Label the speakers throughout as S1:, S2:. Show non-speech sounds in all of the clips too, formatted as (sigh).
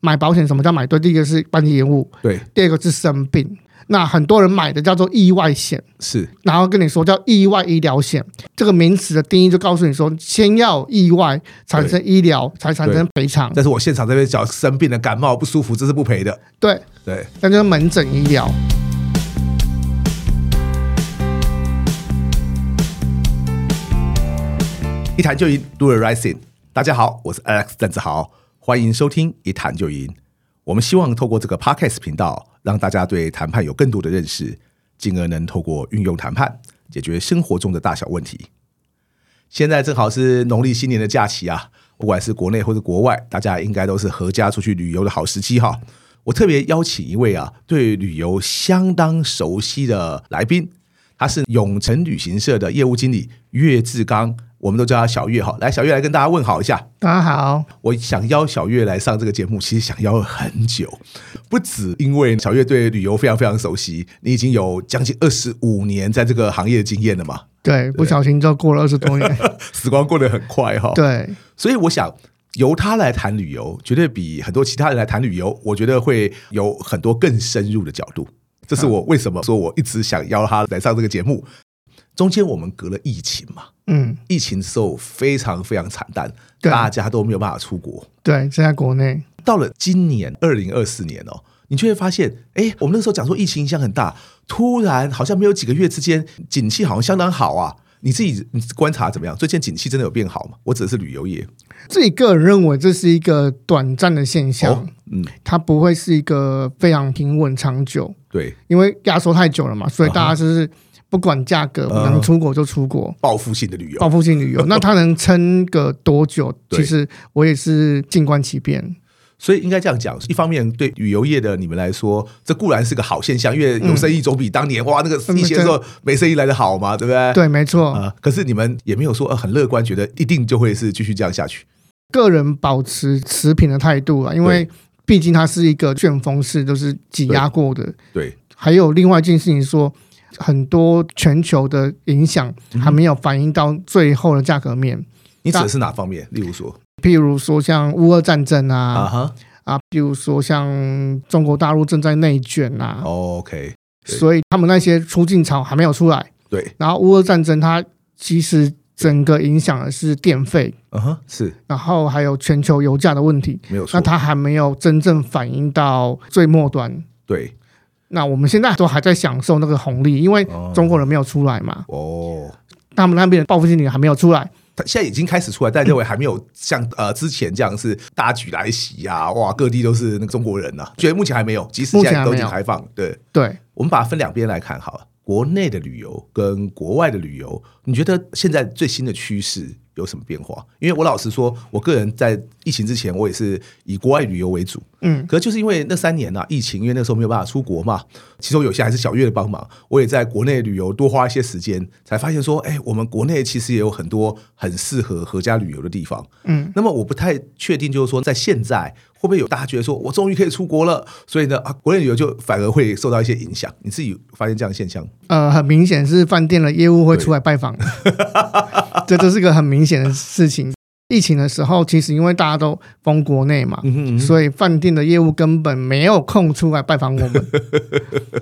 S1: 买保险什么叫买对？第一个是班级延误，
S2: 对，
S1: 第二个是生病。那很多人买的叫做意外险，
S2: 是
S1: 然后跟你说叫意外医疗险，这个名词的定义就告诉你说，先要有意外产生医疗，才产生赔偿。
S2: 但是我现场这边脚生病了，感冒不舒服，这是不赔的。
S1: 对，
S2: 对，
S1: 那就是门诊医疗。
S2: 一谈就赢，Do the right thing。大家好，我是 Alex 邓志豪，欢迎收听一谈就赢。我们希望透过这个 Podcast 频道，让大家对谈判有更多的认识，进而能透过运用谈判解决生活中的大小问题。现在正好是农历新年的假期啊，不管是国内或是国外，大家应该都是合家出去旅游的好时机哈。我特别邀请一位啊，对旅游相当熟悉的来宾，他是永城旅行社的业务经理岳志刚，我们都叫他小岳哈。来，小岳来跟大家问好一下。
S1: 大家好，
S2: 我想邀小月来上这个节目，其实想邀了很久，不止因为小月对旅游非常非常熟悉，你已经有将近二十五年在这个行业的经验了嘛，
S1: 对，不小心就过了二十多 (laughs) 年。
S2: 时光过得很快哈、，
S1: 对，
S2: 所以我想由他来谈旅游，绝对比很多其他人来谈旅游，我觉得会有很多更深入的角度。这是我为什么说我一直想邀他来上这个节目。中间我们隔了疫情嘛，
S1: 嗯，
S2: 疫情之后非常非常惨淡，
S1: 对
S2: 大家都没有办法出国。
S1: 对，现在国内，
S2: 到了今年二零二四年哦，你就会发现，哎，我们那时候讲说疫情影响很大，突然好像没有几个月之间，景气好像相当好啊。你自己你观察怎么样？最近景气真的有变好吗？我指的是旅游业。
S1: 自己个人认为这是一个短暂的现象，
S2: 哦，嗯，
S1: 它不会是一个非常平稳长久，
S2: 对，
S1: 因为压缩太久了嘛，所以大家就是不管价格，
S2: 啊嗯
S1: 能出国就出国。
S2: 报复性的旅游
S1: 报。复性旅游，那它能撑个多久？
S2: 对
S1: 其实我也是静观其变。
S2: 所以应该这样讲，一方面对旅游业的你们来说，这固然是个好现象，因为有生意总比当年、哇那个疫情的时候没生意来的好嘛，对不对？
S1: 对，没错，
S2: 啊、可是你们也没有说、呃、很乐观，觉得一定就会是继续这样下去。
S1: 个人保持持平的态度啊，因为毕竟它是一个旋风式，就是挤压过的。
S2: 对，
S1: 还有另外一件事情说，很多全球的影响
S2: 嗯
S1: 还没有反映到最后的价格面，
S2: 你指的
S1: 那
S2: 是哪方面？例如说
S1: 譬如说像乌俄战争
S2: 啊
S1: 啊
S2: 哈、
S1: 啊，譬如说像中国大陆正在内卷啊，
S2: o k 对
S1: 所以他们那些出境潮还没有出来。
S2: 对，
S1: 然后乌俄战争它其实整个影响的是电费，
S2: 嗯哼，是
S1: 然后还有全球油价的问题，
S2: 没有错。
S1: 那它还没有真正反映到最末端。
S2: 对
S1: 那我们现在都还在享受那个红利，因为
S2: 哦
S1: 中国人没有出来嘛，
S2: 哦，
S1: 他们那边的报复心理还没有出来。
S2: 他现在已经开始出来，但认为还没有像呃之前这样是大举来袭呀、哇，各地都是那个中国人呐、啊觉得目前还没有，即使现
S1: 目前
S2: 在
S1: 还
S2: 都已
S1: 没
S2: 经
S1: 有
S2: 开放，对，
S1: 对，
S2: 我们把它分两边来看好了，国内的旅游跟国外的旅游，你觉得现在最新的趋势有什么变化？因为我老实说，我个人在疫情之前，我也是以国外旅游为主，
S1: 嗯，
S2: 可是就是因为那三年呐、疫情，因为那时候没有办法出国嘛，其中有些还是小月的帮忙，我也在国内旅游多花一些时间，才发现说，哎，我们国内其实也有很多很适合合家旅游的地方。
S1: 嗯，
S2: 那么我不太确定，就是说在现在会不会有大家觉得说我终于可以出国了，所以呢，啊，国内旅游就反而会受到一些影响。你自己有发现这样的现象？
S1: 呃，很明显是饭店的业务会出来拜访，这这是个很明显的事情。疫情的时候，其实因为大家都封国内嘛，
S2: 嗯
S1: 所以饭店的业务根本没有空出来拜访我
S2: (laughs)
S1: 们。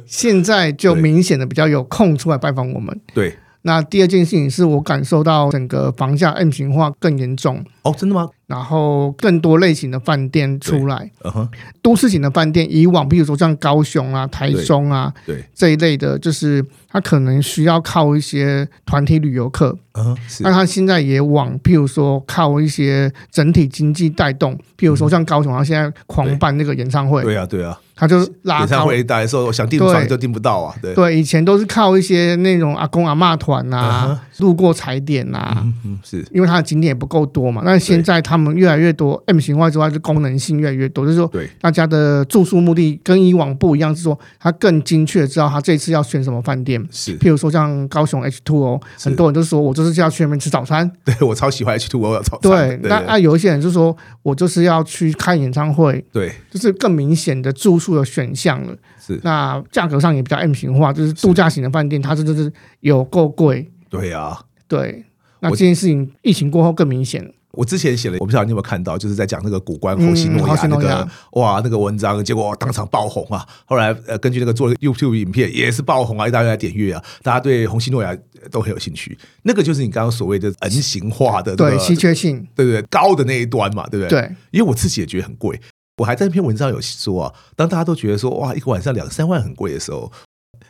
S1: 现在就明显的比较有空出来拜访我们。
S2: 对。
S1: 那第二件事情是我感受到整个房价 M 型化更严重，
S2: 哦，真的吗？
S1: 然后更多类型的饭店出来，
S2: 嗯哼，
S1: 都市型的饭店，以往比如说像高雄啊、台中啊
S2: 对，
S1: 这一类的，就是它可能需要靠一些团体旅游客，
S2: 嗯哼，是
S1: 那，它现在也往譬如说靠一些整体经济带动，譬如说像高雄，它现在狂办那个演唱会，
S2: 嗯对啊，对啊，
S1: 它就拉
S2: 演唱
S1: 高。
S2: 会大家说我想订
S1: 对
S2: 房就订不到啊，对，
S1: 对，以前都是靠一些那种阿公阿嬷团
S2: 嗯
S1: 啊，路过踩点啊，
S2: 嗯嗯，是，
S1: 因为它的景点也不够多嘛。但是现在他们越来越多 M 型化之外，就功能性越来越多，就是说
S2: 对，
S1: 大家的住宿目的跟以往不一样，是说他更精确地知道他这次要选什么饭店。
S2: 是。
S1: 譬如说像高雄 H Two 哦，
S2: 是
S1: 很多人就说我就是要去那边吃早餐。
S2: (laughs) 对我超喜欢 H two，我有超
S1: 对，那
S2: 对
S1: 啊有一些人就说我就是要去看演唱会，
S2: 对
S1: 就是更明显的住宿的选项了。
S2: 是，
S1: 那价格上也比较 M 型化，就是度假型的饭店，它这就是有够贵。
S2: 对啊。
S1: 对，那
S2: 我
S1: 这件事情疫情过后更明显了。
S2: 我之前写了，我不知道你有没有看到，就是在讲那个古关侯西诺
S1: 嗯侯
S2: 亚
S1: 西
S2: 那
S1: 诺
S2: 个、
S1: 亚
S2: 哇那个文章，结果当场爆红啊。后来呃，根据那个做了 YouTube 影片也是爆红啊，一大堆来点阅啊，大家对红西诺亚都很有兴趣。那个就是你刚刚所谓的 N 型化的、这个
S1: 对稀缺性，
S2: 呃对对对高的那一端嘛，对不对？
S1: 对，
S2: 因为我自己也觉得很贵。我还在那篇文章有说啊，当大家都觉得说哇，一个晚上两三万很贵的时候，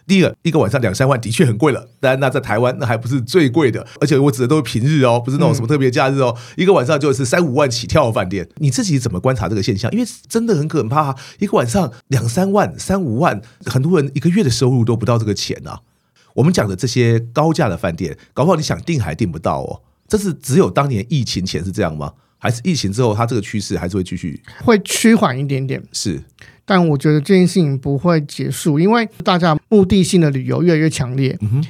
S2: 第一个一个晚上两三万的确很贵了，但那在台湾那还不是最贵的，而且我指的都是平日哦，不是那种什么特别假日哦，一个晚上就是三五万起跳的饭店。你自己怎么观察这个现象？因为真的很可怕、啊，一个晚上两三万、三五万，很多人一个月的收入都不到这个钱啊。我们讲的这些高价的饭店，搞不好你想订还订不到哦。这是只有当年疫情前是这样吗？还是疫情之后它这个趋势还是会继续？
S1: 会趋缓一点点，
S2: 是
S1: 但我觉得这件事情不会结束，因为大家目的性的旅游越来越强烈。
S2: 嗯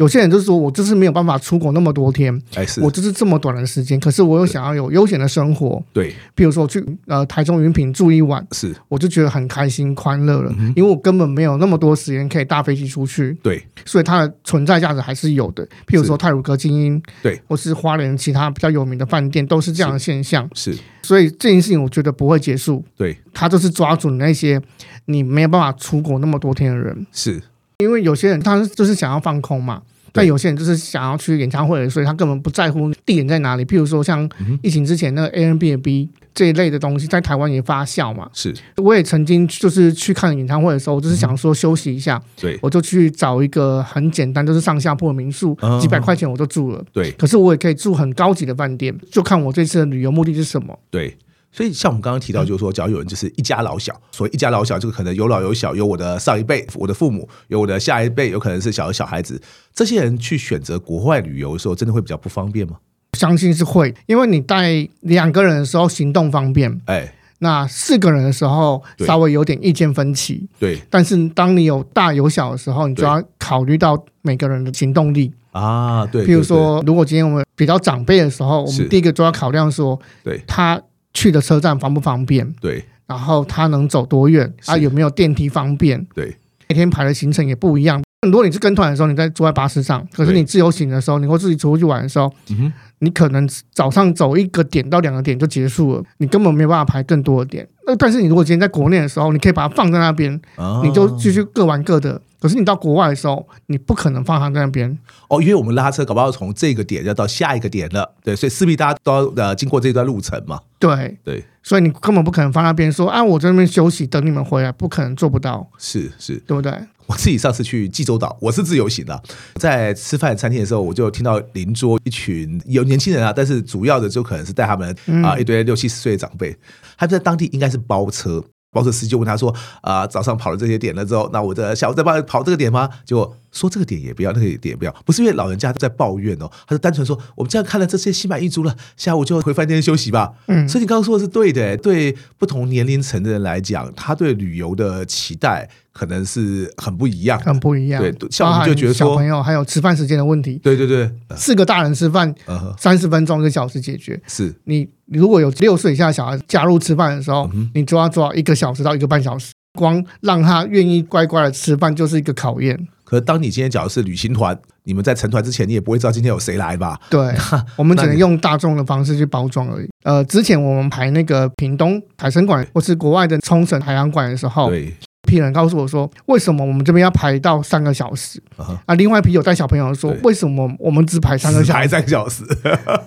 S1: 有些人就说我就是没有办法出国那么多天，
S2: 哎是，
S1: 我就是这么短的时间，可是我又想要有悠闲的生活，
S2: 对
S1: 比如说我去呃台中云品住一晚，
S2: 是，
S1: 我就觉得很开心欢乐
S2: 嗯
S1: 了，因为我根本没有那么多时间可以搭飞机出去，
S2: 对
S1: 所以它的存在价值还是有的。譬如说泰鲁阁精英，
S2: 对，
S1: 或是花莲其他比较有名的饭店，都是这样的现象。
S2: 是，
S1: 所以这件事情我觉得不会结束，
S2: 对
S1: 它就是抓住那些你没有办法出国那么多天的人，
S2: 是，
S1: 因为有些人他就是想要放空嘛。但有些人就是想要去演唱会，所以他根本不在乎地点在哪里。譬如说，像
S2: 嗯
S1: 疫情之前那个 Airbnb 这一类的东西，在台湾也发酵嘛。
S2: 是
S1: 我也曾经就是去看演唱会的时候，我就是想说休息一下，
S2: 对
S1: 我就去找一个很简单，就是上下铺的民宿
S2: 嗯，
S1: 几百块钱我就住了。
S2: 对
S1: 可是我也可以住很高级的饭店，就看我这次的旅游目的是什么。
S2: 对。所以，像我们刚刚提到，就是说，假如有人就是一家老小，所以一家老小，这个可能有老有小，有我的上一辈，我的父母，有我的下一辈，有可能是小的小孩子，这些人去选择国外旅游的时候，真的会比较不方便吗？
S1: 相信是会，因为你带两个人的时候行动方便，
S2: 哎，
S1: 那四个人的时候
S2: 对
S1: 稍微有点意见分歧。
S2: 对
S1: 但是当你有大有小的时候，你就
S2: 对
S1: 要考虑到每个人的行动力。
S2: 啊，对，
S1: 譬如
S2: 对
S1: 说，如果今天我们比较长辈的时候，我
S2: 是
S1: 们第一个就要考量说
S2: 对
S1: 他去的车站方不方便。
S2: 对
S1: 然后他能走多远，
S2: 是
S1: 啊有没有电梯方便，
S2: 对
S1: 每天排的行程也不一样。如果你是跟团的时候，你在坐在巴士上；可是
S2: 对
S1: 你自由行的时候，你或自己出去玩的时候，
S2: 嗯哼
S1: 你可能早上走一个点到两个点就结束了，你根本没办法排更多的点。那但是你如果今天在国内的时候，你可以把它放在那边，
S2: 啊
S1: 你就继续各玩各的。可是你到国外的时候，你不可能放它在那边，
S2: 哦，因为我们拉车搞不好从这个点要到下一个点了，对，所以势必大家都要呃经过这段路程嘛，
S1: 对，
S2: 对，
S1: 所以你根本不可能放那边说啊，我在那边休息等你们回来，不可能做不到，
S2: 是是。
S1: 对不对？
S2: 我自己上次去济州岛，我是自由行的、啊在吃饭餐厅的时候，我就听到邻桌一群有年轻人啊，但是主要的就可能是带他们啊、一堆六七十岁的长辈，他们在当地应该是包车，包车司机就问他说啊、早上跑了这些点了之后，那我的下午再帮你跑这个点吗？结果说这个点也不要，那个点也不要，不是因为老人家在抱怨哦，他是单纯说我们这样看了这些心满意足了，下午就回饭店休息吧。
S1: 嗯
S2: 所以你刚刚说的是对的，对不同年龄层的人来讲，他对旅游的期待可能是很不一样的。
S1: 很不一样。
S2: 对对像我们
S1: 包含
S2: 就觉得说
S1: 小朋友还有吃饭时间的问题，
S2: 对对对，呃
S1: 四个大人吃饭
S2: 嗯哼，
S1: 三十分钟一个小时解决。
S2: 是
S1: 你如果有六岁以下的小孩加入吃饭的时
S2: 嗯
S1: 候，你就要抓一个小时到一个半小时，光让他愿意乖乖的吃饭就是一个考验。
S2: 可是当你今天讲的是旅行团，你们在成团之前，你也不会知道今天有谁来吧？
S1: 对，我们只
S2: (laughs) 那
S1: 能
S2: 你
S1: 用大众的方式去包装而已。呃，之前我们排那个屏东海参馆或是国外的冲绳海洋馆的时候，
S2: 对，
S1: 批人告诉我说，为什么我们这边要排到三个小时？
S2: 啊哈
S1: 啊，另外一批有带小朋友说
S2: 对，
S1: 为什么我们只排三个
S2: 只
S1: 小
S2: 排
S1: 时？
S2: 三个小时， (laughs)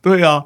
S2: 对啊。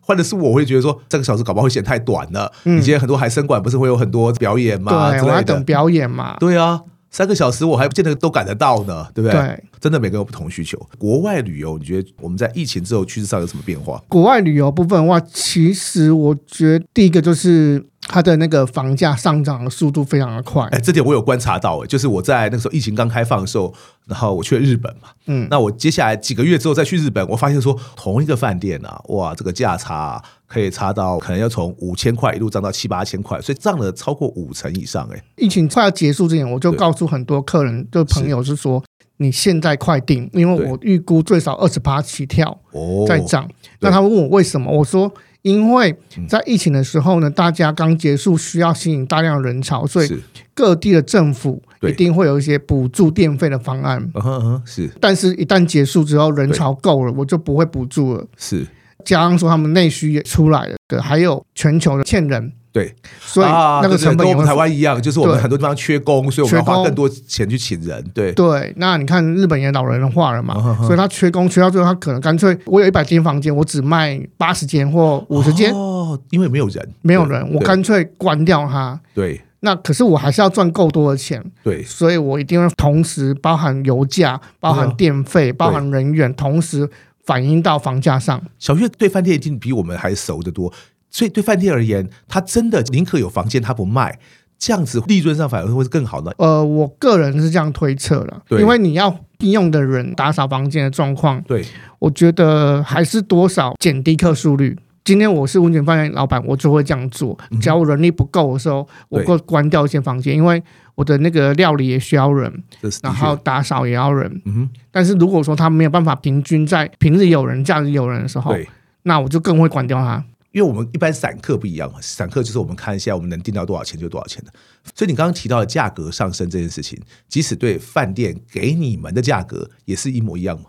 S2: 换的是我会觉得说，这个小时搞不好会显太短了。
S1: 嗯
S2: 你今天很多海参馆不是会有很多表演
S1: 对，
S2: 吗？之
S1: 我
S2: 类
S1: 要等
S2: 的。
S1: 表演嘛。
S2: 对啊，三个小时我还不见得都赶得到呢，对不啊对？
S1: 对，
S2: 真的每个人有不同需求。国外旅游，你觉得我们在疫情之后趋势上有什么变化？
S1: 国外旅游部分的话，其实我觉得第一个就是它的那个房价上涨的速度非常的快
S2: 哎，，这点我有观察到，哎，就是我在那个时候疫情刚开放的时候，然后我去了日本嘛，
S1: 嗯
S2: 那我接下来几个月之后再去日本，我发现说同一个饭店啊，哇，这个价差、啊、可以差到可能要从五千块一路涨到七八千块，所以涨了超过五成以上，哎，
S1: 疫情快要结束之前，我就告诉很多客人，就朋友是说，你现在快订，因为我预估最少二十八起跳
S2: 哦，
S1: 在涨。那他问我为什么，我说因为
S2: 嗯
S1: 在疫情的时候呢，大家刚结束，需要吸引大量人潮，所以
S2: 是，
S1: 各地的政府
S2: 对
S1: 一定会有一些补助电费的方案。
S2: 嗯哼嗯哼，是
S1: 但是，一旦结束之后，人潮够了，我就不会补助了。
S2: 是，
S1: 加上说他们内需也出来了，对，还有全球的欠人，
S2: 对，
S1: 所以
S2: 啊
S1: 那个
S2: 对对
S1: 成本
S2: 跟
S1: 也
S2: 我
S1: 会
S2: 们台湾一样，就是我们
S1: 对
S2: 很多地方缺工，所以我们要
S1: 缺
S2: 花
S1: 工
S2: 更多钱去请人。对，
S1: 对，那你看日本也老人化了嘛，
S2: 嗯哼哼
S1: 所以他缺工缺到最后，他可能干脆我有一百间房间，我只卖八十间或五十间，
S2: 哦，因为没有人，
S1: 没有
S2: 对
S1: 人，我
S2: 对
S1: 干脆关掉它。
S2: 对
S1: 那可是我还是要赚够多的钱，
S2: 对
S1: 所以我一定会同时包含油价、包
S2: 啊
S1: 含电费、包含人员，同时反映到房价上。
S2: 小月对饭店一定比我们还熟得多，所以对饭店而言，他真的宁可有房间，他不卖，这样子利润上反而会更好呢。
S1: 呃，我个人是这样推测了，
S2: 对
S1: 因为你要聘用的人打扫房间的状况，
S2: 对，
S1: 我觉得还是多少减低客诉率。今天我是温泉饭店老板，我就会这样做。只要我人力不够的时候，我
S2: 嗯对
S1: 会关掉一间房间，因为我的那个料理也需要人，
S2: 这是的
S1: 然
S2: 确
S1: 后打扫也要人。
S2: 嗯哼，
S1: 但是如果说他没有办法平均在平日有人、假日有人的时候，
S2: 对。
S1: 那我就更会关掉他。
S2: 因为我们一般散客不一样嘛，散客就是我们看一下我们能订到多少钱就多少钱的。所以你刚刚提到的价格上升这件事情，即使对饭店给你们的价格也是一模一样嘛？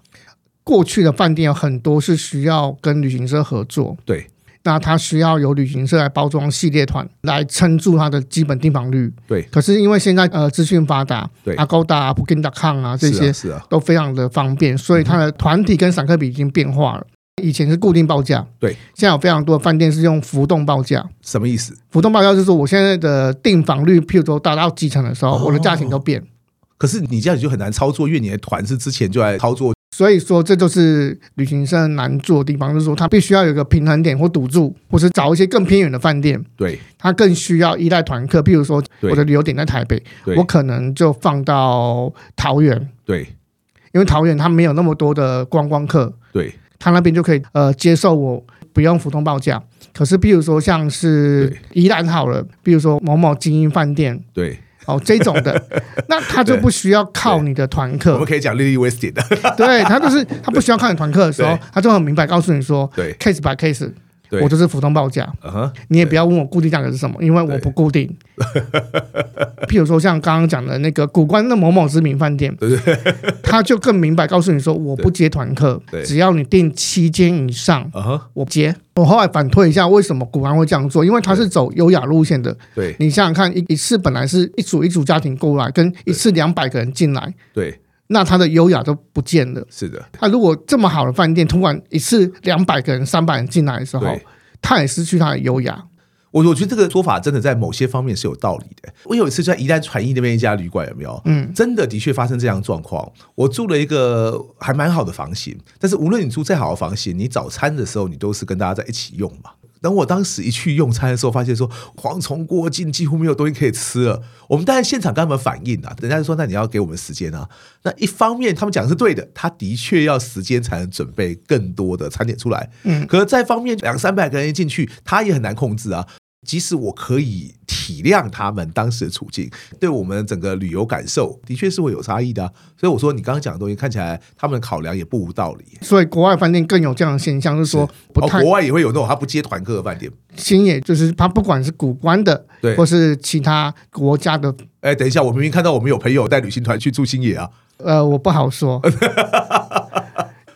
S1: 过去的饭店有很多是需要跟旅行社合作，
S2: 对
S1: 那它需要由旅行社来包装系列团，来撑住它的基本订房率。
S2: 对
S1: 可是因为现在呃资讯发达，
S2: 对
S1: ，Agoda 啊、Booking.com 啊这
S2: 是
S1: 些
S2: 啊是啊，
S1: 都非常的方便，所以它的团体跟散客比已经变化了。以前是固定报价，
S2: 对，
S1: 现在有非常多的饭店是用浮动报价。
S2: 什么意思？
S1: 浮动报价就是说，我现在的订房率，譬如说达到几成的时候，
S2: 哦
S1: 我的价钱都变。
S2: 可是你这样你就很难操作，因为你的团是之前就在操作。
S1: 所以说，这就是旅行社难做的地方，就是说它必须要有一个平衡点或赌注，或是找一些更偏远的饭店，
S2: 对
S1: 它更需要依赖团客。譬如说，
S2: 对
S1: 我的旅游点在台北，
S2: 对
S1: 我可能就放到桃园，
S2: 对
S1: 因为桃园它没有那么多的观光客，
S2: 对
S1: 它那边就可以呃接受我不用浮动报价。可是，譬如说像是宜兰好了，比如说某某精英饭店
S2: 对，
S1: 哦这种
S2: (laughs)
S1: 的，那它就不需要靠
S2: 对
S1: 你的团
S2: 我
S1: 客
S2: 们，可以讲 Lily Weston 的。
S1: 对他就是他不需要看你团客的时候
S2: 对，
S1: 他就很明白告诉你说
S2: 对
S1: ，case by case，
S2: 对，
S1: 我就是浮动报价，
S2: 嗯哼，
S1: 你也不要问我固定价格是什么，因为我不固定。 (laughs) 譬如说像刚刚讲的那个古关的某某知名饭店，他就更明白告诉你说，我不接团客
S2: 对，
S1: 只要你订七间以上。
S2: 嗯哼，
S1: 我接，我后来反推一下，为什么古玩会这样做？因为他是走优雅路线的。
S2: 对
S1: 你想想看，一一次本来是一组一组家庭过来，跟一次两百个人进来，
S2: 对，
S1: 那他的优雅都不见了。
S2: 是的，
S1: 他如果这么好的饭店，突然一次两百个人、三百人进来的时候
S2: 对，
S1: 他也失去他的优雅。
S2: 我我觉得这个说法真的在某些方面是有道理的。我有一次在宜兰传艺那边一家旅馆，有没有？嗯，真的的确发生这样的状况。我住了一个还蛮好的房型，但是无论你住再好的房型，你早餐的时候你都是跟大家在一起用嘛。等我当时一去用餐的时候，发现说蝗虫过境，几乎没有东西可以吃了。我们当然现场跟他们反映啊，人家就说那你要给我们时间啊。那一方面他们讲的是对的，他的确要时间才能准备更多的餐点出来。嗯，可是再方面两三百个人一进去，他也很难控制啊。即使我可以体谅他们当时的处境，对我们整个旅游感受的确是会有差异的啊、所以我说你刚刚讲的东西看起来他们的考量也不无道理。
S1: 所以国外饭店更有这样的现象，就是说不
S2: 哦，
S1: 太
S2: 国外也会有那种他不接团客的饭店。
S1: 新，也就是他不管是古关的，
S2: 对
S1: 或是其他国家的，
S2: 哎，等一下，我明明看到我们有朋友带旅行团去住新野啊，
S1: 呃，我不好
S2: (laughs)
S1: 说。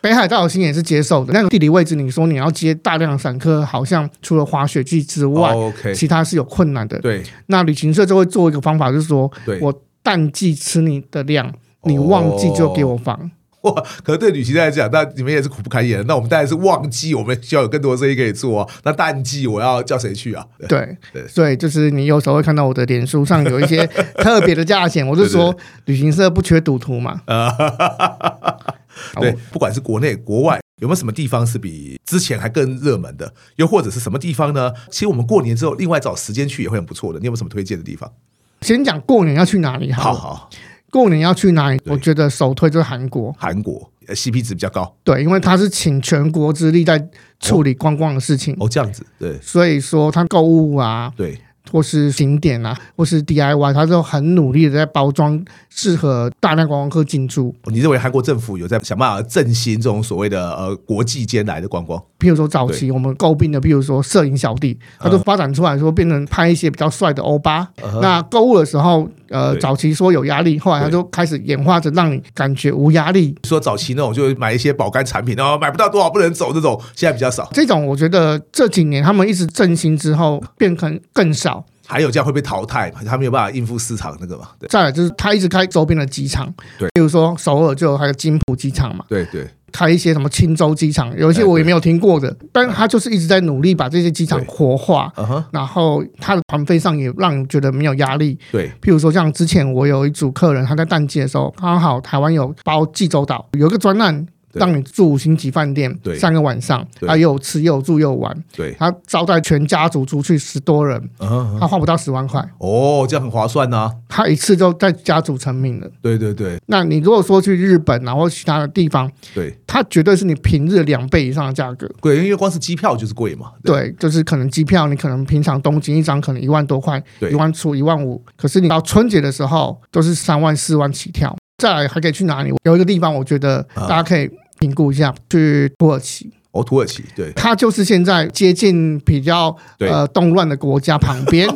S1: 北海道的新也是接受的，那个地理位置，你说你要接大量的散客，好像除了滑雪季之外，
S2: 哦，OK
S1: 其他是有困难的。
S2: 对
S1: 那旅行社就会做一个方法，就是说
S2: 对，哦
S1: 我淡季吃你的量，你旺季就给我房。
S2: (laughs) 哇，可能对旅行社来讲，那你们也是苦不堪言。那我们当然是旺季，我们需要有更多的生意可以做啊。那淡季我要叫谁去啊？对
S1: 对
S2: 对，
S1: 所以就是你有时候会看到我的脸书上有一
S2: (laughs)
S1: 些特别的价钱，我就说旅行社不缺赌徒
S2: (laughs)
S1: 嘛。
S2: 呃，哈哈哈哈哈对，啊不管是国内国外，有没有什么地方是比之前还更热门的？又或者是什么地方呢？其实我们过年之后，另外找时间去也会很不错的。你有没有什么推荐的地方？
S1: 先讲过年要去哪里好
S2: 好
S1: 了，
S2: 好，
S1: 过年要去哪里？我觉得首推就是韩国，
S2: 韩国呃 CP 值比较高
S1: 对，因为它是请全国之力在处理观光的事情，
S2: 哦，这样子，对哦
S1: 所以说它购物啊，
S2: 对
S1: 或是景点啊，或是 DIY，它都很努力的在包装适合大量观光客进驻。
S2: 你认为韩国政府有在想办法振兴这种所谓的呃国际间来的观光？
S1: 譬如说早期我们诟病的，譬如说摄影小弟，
S2: 嗯
S1: 他就发展出来说变成拍一些比较帅的欧巴。那购物的时候，呃，
S2: 对
S1: 早期说有压力，后来他
S2: 对
S1: 就开始演化着让你感觉无压力。
S2: 说早期那种就买一些保肝产品，然后买不到多少不能走这种，现在比较少。
S1: 这种我觉得这几年他们一直振兴之后，变成更少。
S2: 还有这样会被淘汰，他没有办法应付市场那个嘛？对
S1: 再来就是他一直开周边的机场，
S2: 对
S1: 比如说首尔就有他的金浦机场嘛，
S2: 对对，
S1: 开一些什么青州机场，有一些
S2: 哎
S1: 我也
S2: 对嗯
S1: 没有听过的，但他就是一直在努力把这些机场
S2: 对
S1: 活化。
S2: 嗯哼，
S1: 然后他的团费上也让你觉得没有压力。
S2: 对
S1: 譬如说，像之前我有一组客人，他在淡季的时候，刚好台湾有包济州岛，有一个专案
S2: 对
S1: 让你住五星级饭店
S2: 对
S1: 三个晚上，
S2: 对
S1: 他又有吃又有住又有玩，
S2: 对，
S1: 他招待全家族出去十多人，
S2: 嗯哼，嗯哼
S1: 他花不到十万块，
S2: 哦，这样很划算呐、
S1: 他一次就在家族成名了。
S2: 对对对
S1: 那你如果说去日本然后其他的地方，
S2: 对
S1: 它绝对是你平日两倍以上的价格。
S2: 贵，因为光是机票就是贵嘛。
S1: 对，就是可能机票，你可能平常东京一张可能一万多块，
S2: 对
S1: 一万出一万五，可是你到春节的时候都是三万四万起跳。再来还可以去哪里？有一个地方我觉得
S2: 啊
S1: 大家可以评估一下，去土耳其，
S2: 哦，土耳其，对
S1: 它就是现在接近比较
S2: 对、
S1: 呃动乱的国家旁
S2: (laughs)
S1: 边，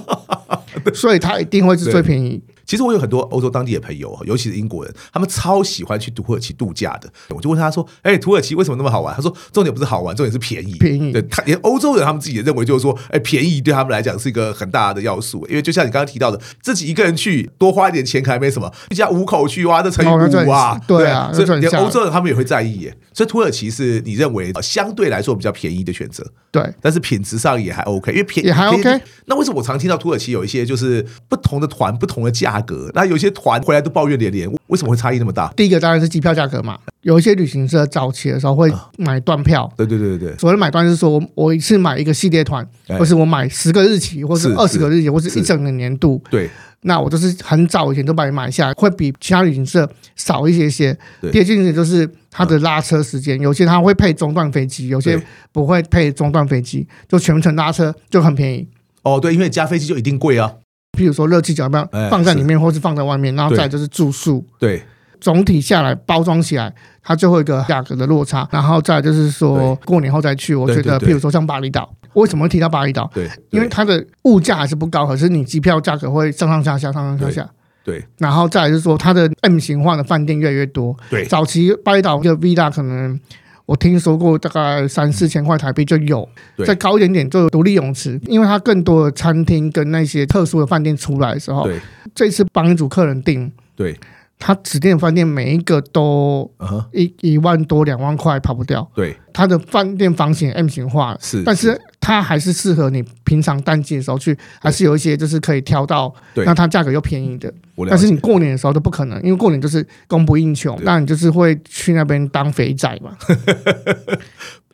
S1: 所以它一定会是最便宜。
S2: 其实我有很多欧洲当地的朋友，尤其是英国人，他们超喜欢去土耳其度假的。我就问他说：“哎、土耳其为什么那么好玩？”他说：“重点不是好玩，重点是便宜。
S1: 便宜
S2: 对他连欧洲人他们自己也认为，就是说，哎、便宜对他们来讲是一个很大的要素。因为就像你刚刚提到的，自己一个人去多花一点钱可能没什么，一家五口去哇，那乘
S1: 哦那
S2: 以
S1: 就
S2: 五啊
S1: 很，对啊
S2: 所
S1: 那就
S2: 以
S1: 很
S2: 连
S1: 吓人
S2: 欧洲人他们也会在意耶。所以土耳其
S1: 哦
S2: 是你认为呃相对来说比较便宜的选择。
S1: 对，
S2: 但是品质上也还 OK，因为便
S1: 也还 OK
S2: 便宜那为什么我常听到土耳其有一些就是不同的团、不同的价格，那有些团回来都抱怨连连，为什么会差异那么大？
S1: 第一个当然是机票价格嘛，有一些旅行社早期的时候会
S2: 啊
S1: 买断票，
S2: 对对对对对，
S1: 所谓买断是说我我一次买一个系列团，
S2: 哎
S1: 或是我买十个日期，或是
S2: 是
S1: 二十个日期，或
S2: 是
S1: 是一整个年度。
S2: 对
S1: 那我就是很早以前就把你买下来，会比其他旅行社少一些些
S2: 对。嗯
S1: 第二件事就是它的拉车时间，有些它会配中段飞机，有些
S2: 对
S1: 不会配中段飞机，就全程拉车就很便宜。
S2: 哦对，因为加飞机就一定贵啊，
S1: 譬如说热气球要
S2: 哎
S1: 放在
S2: 是
S1: 里面，或是放在外面，然后
S2: 对
S1: 再就是住宿。
S2: 对
S1: 总体下来包装起来，它就会有一个价格的落差。然后再来就是说过年后再去，我
S2: 对
S1: 觉
S2: 对
S1: 得
S2: 对
S1: 譬如说像巴厘岛，为什么会提到巴厘岛？
S2: 对，
S1: 因为它的物价还是不高，可是你机票价格会上上下下，上上下下。
S2: 对
S1: 然后再来就是说，它的 M 型化的饭店越来越多。
S2: 对
S1: 早期巴厘岛一个 villa 可能我听说过大概三四千块台币就有
S2: 对，
S1: 再高一点点就有独立泳池，因为它更多的餐厅跟那些特殊的饭店出来的时候，
S2: 对
S1: 这次帮一组客人订，
S2: 对，
S1: 他指定的饭店每一个都
S2: 嗯哼，
S1: 一一万多两万块跑不掉，
S2: 对
S1: 它的饭店房型 M 型化了，
S2: 是，
S1: 但是它还是适合你平常淡季的时候去，还是有一些就是可以挑到，
S2: 对
S1: 那它价格又便宜的。
S2: 我了
S1: 但
S2: 解
S1: 是你过年的时候都不可能，因为过年就是供不应求
S2: 对，
S1: 那你就是会去那边当肥仔
S2: (laughs)
S1: 嘛。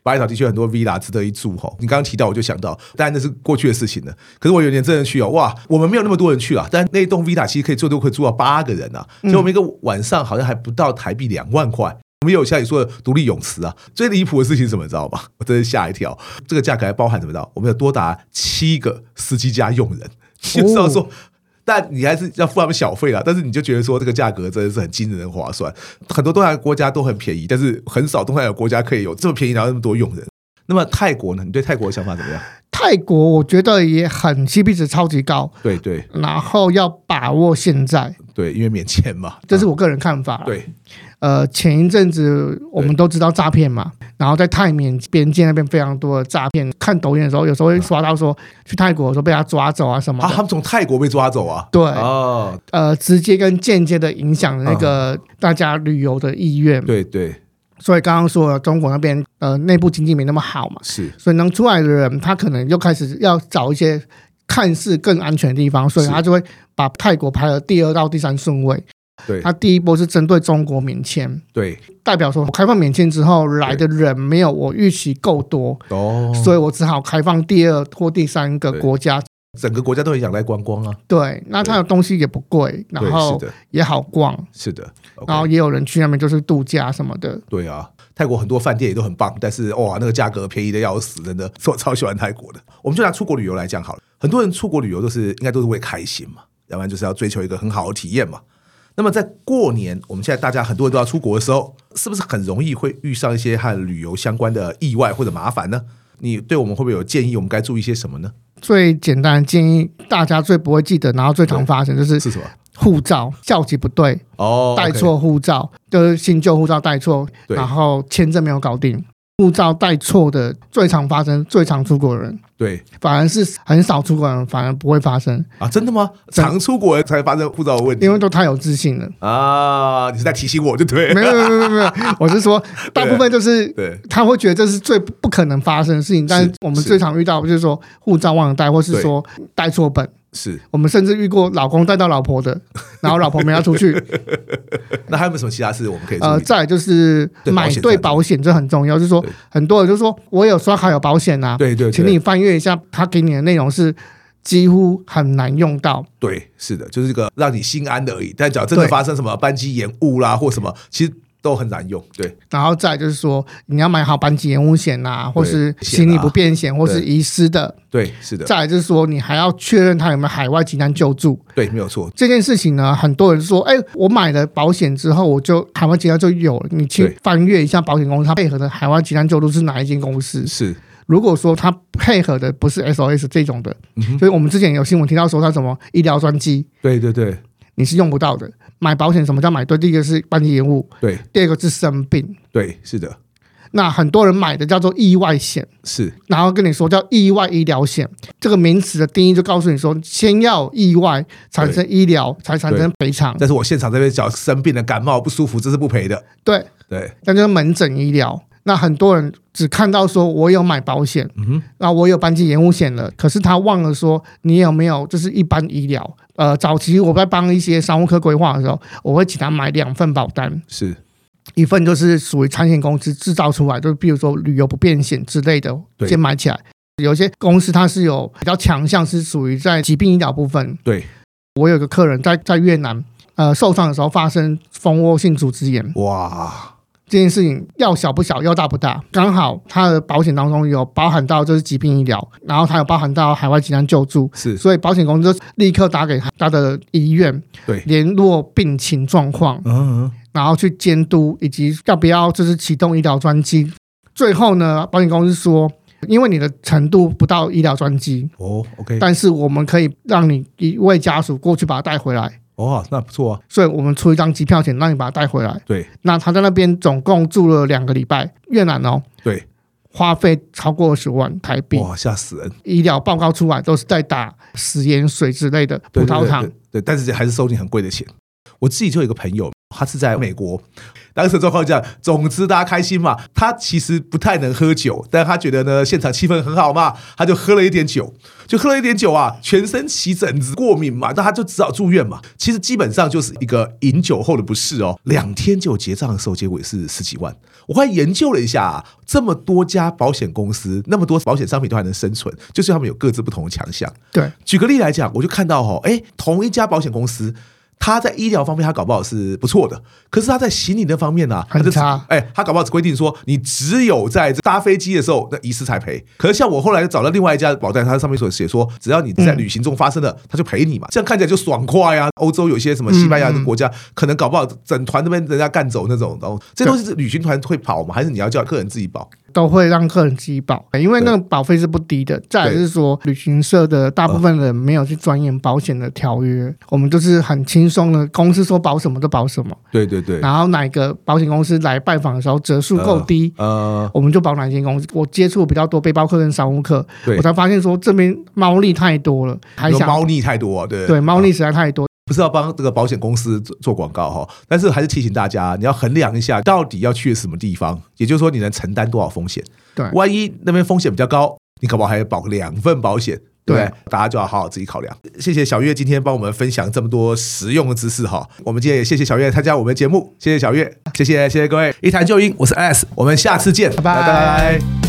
S2: 巴厘岛的确很多 villa 值得一住哈。你刚刚提到，我就想到，当然那是过去的事情了。可是我有年真的去哦，哇，我们没有那么多人去啊，但那一栋 villa 其实可以最多可以住到八个人啊，所以我们一个晚上好像还不到台币两万块。我们也有像你说的独立泳池啊，最离谱的事情是什么，你知道吗？ (laughs) 我真是吓一跳，这个价格还包含什么到？我们有多达七个司机加佣人， (laughs) 就知道说。但你还是要付他们小费啦，但是你就觉得说这个价格真的是很惊人的划算，很多东南亚国家都很便宜，但是很少东南亚国家可以有这么便宜然后那么多佣人。那么泰国呢？你对泰国的想法怎么样？
S1: 泰国我觉得也很 CP 值超级高，
S2: 对对
S1: 然后要把握现在，
S2: 对，因为免签嘛，
S1: 这是
S2: 啊
S1: 我个人看法啦。
S2: 对
S1: 呃，前一阵子我们都知道诈骗嘛，然后在泰缅边界那边非常多的诈骗。看抖音的时候，有时候会刷到说去泰国的时候被他抓走啊什么
S2: 啊，
S1: 的。
S2: 他们从泰国被抓走啊，
S1: 对，
S2: 哦，
S1: 呃，直接跟间接的影响了那
S2: 嗯
S1: 个大家旅游的意愿。
S2: 对对
S1: 所以刚刚说了，中国那边呃内部经济没那么好嘛，
S2: 是，
S1: 所以能出来的人，他可能又开始要找一些看似更安全的地方，所以
S2: 是
S1: 他就会把泰国排了第二到第三顺位。
S2: 对
S1: 他第一波是针对中国免签，
S2: 对
S1: 代表说我开放免签之后来的人没有我预期够多，
S2: 哦，
S1: 所以我只好开放第二或第三个
S2: 对
S1: 国家。
S2: 整个国家都很仰赖观光啊，
S1: 对，那它的东西也不贵，然
S2: 对，是
S1: 后
S2: 的，
S1: 也好逛，
S2: 是的，OK，
S1: 然后也有人去那边就是度假什么的。
S2: 对啊，泰国很多饭店也都很棒，但是哇，那个价格便宜的要死，真的， (laughs) 是我超喜欢泰国的。我们就拿出国旅游来讲好了，很多人出国旅游都是应该都是为开心嘛，要不然就是要追求一个很好的体验嘛。那么在过年，我们现在大家很多人都要出国的时候，是不是很容易会遇上一些和旅游相关的意外或者麻烦呢？你对我们会不会有建议？我们该注意些什么呢？
S1: 最简单的建议，大家最不会记得，然后最常发生就是
S2: 是什么？
S1: 护照校级不对，
S2: 哦，
S1: 带
S2: OK
S1: 错护照，就是新旧护照带错，
S2: 对
S1: 然后签证没有搞定，护照带错的最常发生，最常出国的人，
S2: 对
S1: 反而是很少出国的人反而不会发生，
S2: 啊，真的嗯吗？
S1: 真
S2: 常出国才发生护照的问题
S1: 因为都太有自信
S2: (laughs)
S1: 了。
S2: 啊？你是在提醒我就对了
S1: 没有没有没有没有，我是说，大部分就是
S2: 对
S1: 他会觉得这是最不可能发生的事情，但是我们
S2: 是
S1: 最常遇到就是说护照忘了带，或是说带错本。
S2: 是。
S1: 我们甚至遇过老公带到老婆
S2: (laughs)
S1: 的，然后老婆没要出去。
S2: 那还有没有什么其他事我们可以注
S1: 呃，
S2: 意？
S1: 再来就是
S2: 对保
S1: 买
S2: 险
S1: 对
S2: 真的
S1: 保险，这很重要。就是说
S2: 对，
S1: 很多人就说我有刷卡有保险啊，
S2: 对对，对
S1: 请你翻阅一下，他给你的内容是几乎很难用到。
S2: 对，是的，就是这个让你心安的而已。但只要真的
S1: 对
S2: 发生什么班机延误啦，或什么，其实都很难用。对，
S1: 然后再来就是说，你要买好班级延误险呐，或是
S2: 险啊
S1: 行李不便险，或是
S2: 对
S1: 遗失的。
S2: 对，是的，
S1: 再来就是说，你还要确认他有没有海外急难救助。
S2: 对，没有错，
S1: 这件事情呢，很多人说，哎、我买了保险之后，我就海外急难就有了。你去
S2: 对
S1: 翻阅一下保险公司，它配合的海外急难救助是哪一间公司？
S2: 是
S1: 如果说它配合的不是 SOS 这种的，
S2: 嗯哼
S1: 就是我们之前有新闻听到说它什么医疗专机，
S2: 对，对，对，
S1: 你是用不到的。买保险什么叫买对？第一个是班级延误，
S2: 对，
S1: 第二个是生病。
S2: 对，是的，
S1: 那很多人买的叫做意外险，
S2: 是，
S1: 然后跟你说叫意外医疗险，这个名词的定义就告诉你说，先要有意外产生医疗，才产生赔偿。
S2: 但是我现场这边脚生病了，感冒不舒服，这是不赔的。
S1: 对，
S2: 对，
S1: 那就是门诊医疗。那很多人只看到说我有买保险，
S2: 嗯哼，
S1: 那我有班级延误险了，可是他忘了说你有没有就是一般医疗。呃，早期我在帮一些商务科规划的时候，我会请他买两份保单，
S2: 是
S1: 一份就是属于产险公司制造出来，就是比如说旅游不便险之类的，
S2: 对
S1: 先买起来。有些公司它是有比较强项，是属于在疾病医疗部分。
S2: 对，
S1: 我有个客人在在越南，呃，受伤的时候发生蜂窝性组织炎，
S2: 哇，
S1: 这件事情要小不小，要大不大。刚好他的保险当中有包含到就是疾病医疗，然后他有包含到海外急难救助，
S2: 是
S1: 所以保险公司就立刻打给他的医院，
S2: 对
S1: 联络病情状况，
S2: 嗯，
S1: 然后去监督以及要不要就是启动医疗专机。最后呢，保险公司说，因为你的程度不到医疗专机，
S2: 哦，OK，
S1: 但是我们可以让你一位家属过去把他带回来，
S2: 哦，那不错啊，
S1: 所以我们出一张机票钱让你把他带回来。
S2: 对，
S1: 那他在那边总共住了两个礼拜，越南哦，
S2: 对，
S1: 花费超过二十万台币，
S2: 哇，吓死人，
S1: 医疗报告出来都是在打食盐水之类的葡
S2: 对
S1: 萄糖
S2: 对，对对，但是还是收你很贵的钱。我自己就有一个朋友，他是在美国，当时状况这样，总之大家开心嘛。他其实不太能喝酒，但他觉得呢现场气氛很好嘛，他就喝了一点酒，就喝了一点酒啊，全身起疹子、过敏嘛，那他就只好住院嘛。其实基本上就是一个饮酒后的不适哦。两天就结账的时候，结果也是十几万。我还研究了一下、啊，这么多家保险公司，那么多保险商品都还能生存，就是他们有各自不同的强项。
S1: 对
S2: 举个例来讲，我就看到哦，哎，同一家保险公司，它在医疗方面它搞不好是不错的，可是它在行李那方面呢、啊，它
S1: 很
S2: 就只
S1: 差
S2: 哎，它搞不好只规定说你只有在搭飞机的时候那遗失才赔。可是像我后来找到另外一家保单，它上面所写说，只要你在旅行中发生了，它就赔
S1: 嗯
S2: 你嘛，这样看起来就爽快啊。欧洲有些什么西班牙的国家，可能搞不好整团那边人家干走那种，然后这
S1: 对
S2: 东西是旅行团会跑吗？还是你要叫客人自己保？
S1: 都会让客人自己保，因为那个保费是不低的。再来就是说，旅行社的大部分人没有去钻研保险的条约，我们就是很轻松的，公司说保什么就保什么，
S2: 对对对，
S1: 然后哪个保险公司来拜访的时候折数够低。
S2: 呃，
S1: 我们就保哪间公司？我接触比较多背包客跟商务客，
S2: 对
S1: 我才发现说这边猫腻太多了，还
S2: 有
S1: 想
S2: 猫腻太多、啊，对
S1: 对猫腻实在太多。
S2: 不是要帮这个保险公司做做广告哈，但是还是提醒大家，你要衡量一下到底要去什么地方，也就是说你能承担多少风险。
S1: 对
S2: 万一那边风险比较高，你搞不好还要保两份保险。对不对，大家就要好好自己考量。谢谢小月今天帮我们分享这么多实用的知识哈。我们今天也谢谢小月参加我们的节目，谢谢小月，谢谢谢谢各位，一谈就赢，我是 S，我们下次见，
S1: 拜拜
S2: 拜